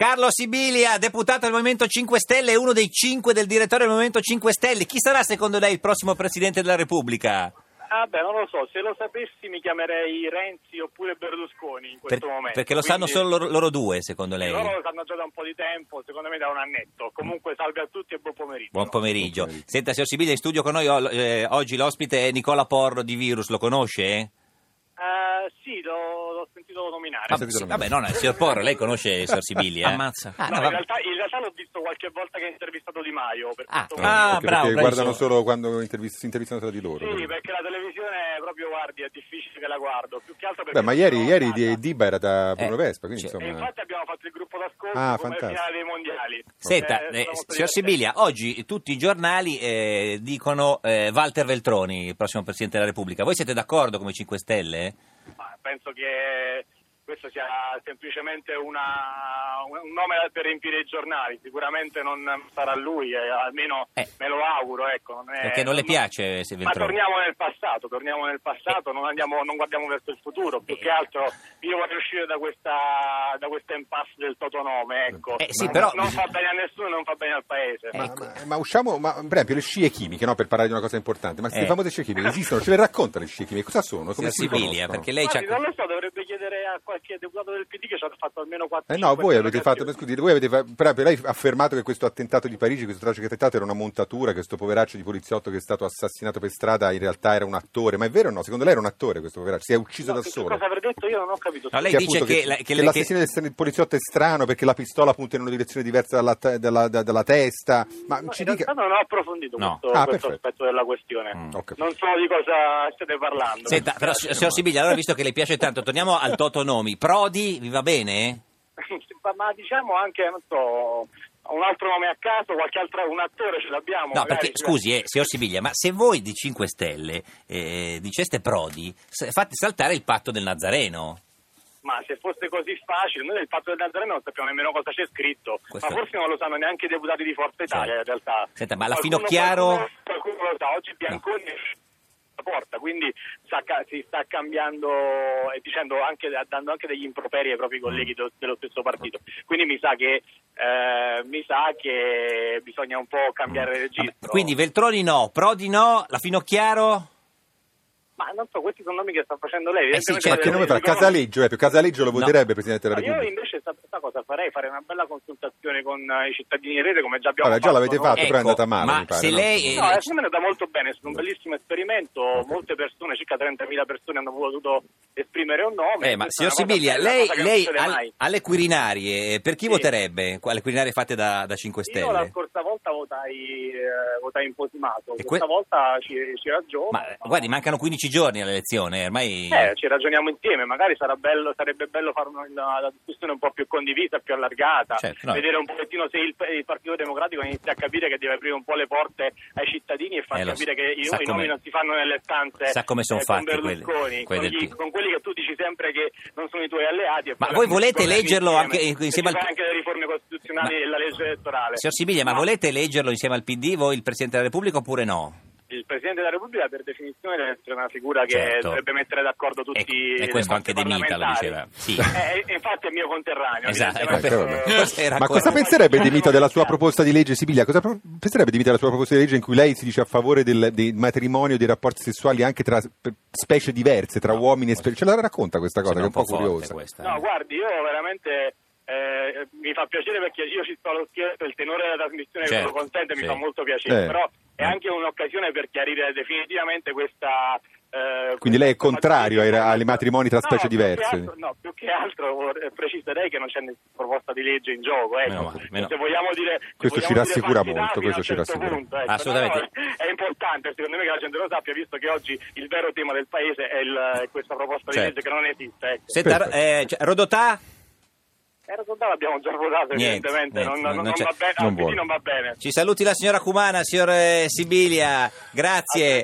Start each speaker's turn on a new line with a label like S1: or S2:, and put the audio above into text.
S1: Carlo Sibilia, deputato del Movimento 5 Stelle, uno dei cinque del direttore del Movimento 5 Stelle. Chi sarà secondo lei il prossimo Presidente della Repubblica?
S2: Ah beh, non lo so, se lo sapessi mi chiamerei Renzi oppure Berlusconi in
S1: Per-
S2: questo momento.
S1: perché lo sanno
S2: quindi-
S1: solo loro, loro due, secondo lei.
S2: Loro lo sanno già da un po' di tempo, secondo me da un annetto. Comunque salve a tutti e buon pomeriggio.
S1: Buon pomeriggio.
S3: Buon pomeriggio.
S1: Senta, signor Sibilia, in studio con noi o- eh, oggi l'ospite è Nicola Porro di Virus, lo conosce?
S2: Eh, sì, l'ho, l'ho sentito nominare.
S1: Ah,
S3: sì,
S1: sì,
S3: lo
S1: vabbè, no, no, il signor Porro, lei conosce il signor Sibilia? eh?
S4: Ammazza.
S1: Ah,
S2: No,
S1: no,
S2: in,
S1: vabbè.
S2: realtà, in realtà l'ho visto qualche volta che ha intervistato Di Maio. Per
S1: Ah.
S2: questo
S1: Ah, bravo,
S3: Anche Perché
S1: bravissimo.
S3: guardano solo quando intervist- si intervistano tra di loro.
S2: Sì, perché la televisione proprio guardi, è difficile che la guardo. Più che altro perché
S3: Beh, ma
S2: non
S3: ieri,
S2: sono
S3: ieri
S2: andata.
S3: di- Diba era da Bruno
S1: Eh,
S3: Vespa, quindi
S1: cioè,
S2: E
S3: insomma...
S2: infatti abbiamo fatto il gruppo d'ascolto come
S3: Ah, fantastico.
S2: finale dei mondiali.
S1: Senta, eh,
S2: Eh, sono molto
S1: signor
S2: divertente.
S1: Sibilia, oggi tutti i giornali eh, dicono eh, Walter Veltroni, il prossimo Presidente della Repubblica. Voi siete d'accordo come 5 Stelle?
S2: Ma penso che questo sia semplicemente una- un nome da- per riempire i giornali, sicuramente non sarà lui, eh, almeno
S1: Eh.
S2: me lo auguro. Ecco, non è-
S1: Perché non le
S2: ma-
S1: piace se
S2: Ma
S1: Veltroni?
S2: torniamo nel passato, torniamo nel passato, non, andiamo- non guardiamo verso il futuro, più
S1: Eh.
S2: che altro io voglio uscire da questa, da questa impasse del Totonome, ecco.
S1: Eh, sì,
S2: Non-
S1: però- Eh,
S2: non fa bene a nessuno, non fa bene al paese.
S3: Ma,
S1: ecco.
S3: ma- ma usciamo, ma, per esempio le scie chimiche, no, per parlare di una cosa importante, ma queste
S1: Eh.
S3: famose scie chimiche esistono, ce le racconta le scie chimiche, cosa sono?
S1: Signor
S3: Come si
S1: Sibilia,
S3: conoscono?
S1: eh, perché lei ci
S2: Guardi, non
S1: ha...
S2: lo so, dovrebbe chiedere a qualche deputato del PD che ci ha fatto almeno quattro
S3: Eh no, voi avete fatto, ma scusi, voi avete, fa- per esempio, lei ha affermato che questo attentato di Parigi, questo tragico attentato era una montatura, che questo poveraccio di poliziotto che è stato assassinato per strada in realtà era un attore, ma è vero o no? Secondo lei era un attore questo poveraccio? Si è ucciso da
S2: che
S3: solo?
S2: Cosa avrei detto io non ho capito.
S1: No, lei
S3: Che
S1: dice
S3: appunto
S1: che, la- che le-
S3: l'assassino del del poliziotto è strano perché la pistola punta in una direzione diversa dalla, te- dalla- da- dalla testa. Ma
S2: No,
S3: ci
S2: in realtà
S3: dica.
S2: non ho approfondito
S1: No.
S2: questo,
S3: Ah,
S2: questo
S3: perfetto.
S2: aspetto della questione.
S3: Mm, ho capito.
S2: non so di cosa state parlando.
S1: Senta, però, signor signor Sibilia, allora visto che le piace tanto, torniamo al Toto Nomi. Prodi, vi va bene?
S2: Ma- Ma diciamo anche, non so, un altro nome a caso, qualche altro, un attore ce l'abbiamo.
S1: No,
S2: magari- cioè,
S1: perché, scusi, eh, signor Sibiglia, ma se voi di 5 Stelle eh, diceste Prodi, s- fate saltare il patto del Nazareno.
S2: Ma se fosse così facile, noi del patto del Nazareno non sappiamo nemmeno cosa c'è scritto.
S1: Questo-
S2: Ma forse non lo sanno neanche i deputati di Forza Italia, in realtà.
S1: cioè, Senta, ma la
S2: Qualcuno-
S1: Finocchiaro-
S2: Qualcuno, qualcuno lo sa, oggi Bianconi è uscito dalla porta, quindi sta ca- si sta cambiando e dicendo anche, dando anche degli improperi ai propri colleghi
S1: Mm.
S2: do- dello stesso partito. Quindi mi sa che, eh, mi sa che bisogna un po' cambiare oh. registro.
S1: Mm. Vabbè, quindi Veltroni no, Prodi no, la Finocchiaro?
S2: Ma non so, questi sono nomi che sta facendo lei.
S1: Eh sì,
S2: evidentemente
S1: certo.
S3: Ma
S1: eh,
S3: che nome farà?
S2: riconosce-
S3: Casaleggio, ecco, Casaleggio lo
S1: No.
S3: voterebbe Presidente
S2: Ma
S3: della
S2: io
S3: Repubblica.
S2: invece sta, sta cosa farei fare una bella consultazione con eh, i cittadini di rete come già abbiamo
S3: Allora, già
S2: fatto.
S3: l'avete
S2: no?
S3: fatto,
S1: Ecco,
S3: però è andata male.
S1: ma
S3: mi pare,
S1: se
S3: no?
S1: lei-
S2: No, è andata molto bene, è stato un bellissimo esperimento, molte persone, circa 30.000 persone hanno potuto esprimere un nome.
S1: Eh, ma
S2: Questa è
S1: signor
S2: una cosa
S1: Sibiglia,
S2: bella,
S1: lei,
S2: una cosa che non
S1: lei
S2: succede
S1: al-
S2: mai.
S1: alle Quirinarie, eh, per chi
S2: Sì.
S1: voterebbe? Qua- Alle Quirinarie fatte da, da 5
S2: Io la
S1: Stelle?
S2: scorsa volta votai, eh, votai in Posimato,
S1: E que-
S2: questa volta ci, ci ragiono.
S1: Ma eh, guardi, mancano 15 giorni all'elezione, ormai...
S2: Eh, ci ragioniamo insieme, magari sarà bello- sarebbe bello fare una, una discussione un po' più condivisa, più allargata,
S1: Certo, no.
S2: vedere un pochettino se il, il Partito Democratico inizia a capire che deve aprire un po' le porte ai cittadini e far
S1: Eh, lo
S2: capire
S1: so.
S2: che i,
S1: Sa
S2: i
S1: come-
S2: nomi non si fanno nelle stanze
S1: sa come son
S2: eh, con
S1: fatti quelli- quelli
S2: Berlusconi,
S1: del
S2: con, gli-
S1: P.
S2: con quelli che tu dici sempre che non sono i tuoi alleati. e
S1: Ma
S2: poi
S1: voi volete
S2: alla fine scopriamo
S1: leggerlo anche
S2: insieme
S1: insieme
S2: che
S1: al-
S2: fai anche le riforme costituzionali
S1: Ma-
S2: e la legge elettorale.
S1: Signor Sibiglia, ma volete leggerlo insieme al PD voi il Presidente della Repubblica oppure no?
S2: Il Presidente della Repubblica per definizione deve essere una figura che
S1: Certo.
S2: dovrebbe mettere d'accordo tutti
S1: Ecco,
S2: i
S1: e questo anche De Mita lo diceva. Sì.
S2: Eh, eh, infatti è mio conterraneo.
S1: Esatto,
S2: evidentemente. Eh,
S1: ecco, per-
S3: Eh,
S1: forse era
S3: Ma
S1: quello.
S3: cosa penserebbe di Mita della sua proposta di legge, Sibiglia? Cosa pro- penserebbe di Mita della sua proposta di legge in cui lei si dice a favore del, del matrimonio, dei rapporti sessuali anche tra sp- specie diverse, tra uomini e specie? Ce la racconta questa cosa,
S1: Sembra
S3: che è un po'
S1: forte
S3: curiosa.
S1: questa.
S2: No, guardi, io veramente eh, mi fa piacere perché io ci sto allo scherzo, il tenore della trasmissione che
S1: Certo,
S2: lo consente mi
S1: sì.
S2: fa molto piacere,
S3: Eh.
S2: però
S1: Mm.
S2: è anche un'occasione per chiarire definitivamente questa... eh,
S3: Quindi lei è
S2: questa-
S3: contrario ai- ai matrimoni
S2: No,
S3: tra specie
S2: più che
S3: diverse?
S2: altro- no, più che altro vor- preciserei che non c'è nessuna proposta di legge in gioco. ecco.
S1: Meno male, meno-
S2: Se vogliamo dire, se
S3: Questo
S2: vogliamo dire
S3: ci rassicura
S2: falsità
S3: molto,
S2: fino a
S3: questo
S2: un
S3: ci
S2: certo
S3: rassicura.
S2: punto, ecco.
S1: Assolutamente.
S2: No, no, è importante, secondo me, che la gente lo sappia, visto che oggi il vero tema del paese è il- questa proposta di
S1: Certo.
S2: legge che non esiste. Ecco.
S1: Senta,
S3: Perfetto.
S1: eh, cioè, Rodotà?
S2: Era soldato, abbiamo Eh, già votato,
S1: Niente,
S2: evidentemente.
S1: niente,
S2: non, non-
S1: non
S2: non
S1: c'è-
S2: va bene,
S3: non
S2: al PD
S3: vuole.
S2: non va bene.
S1: Ci saluti la signora Cumana, signor eh, Sibilia, grazie.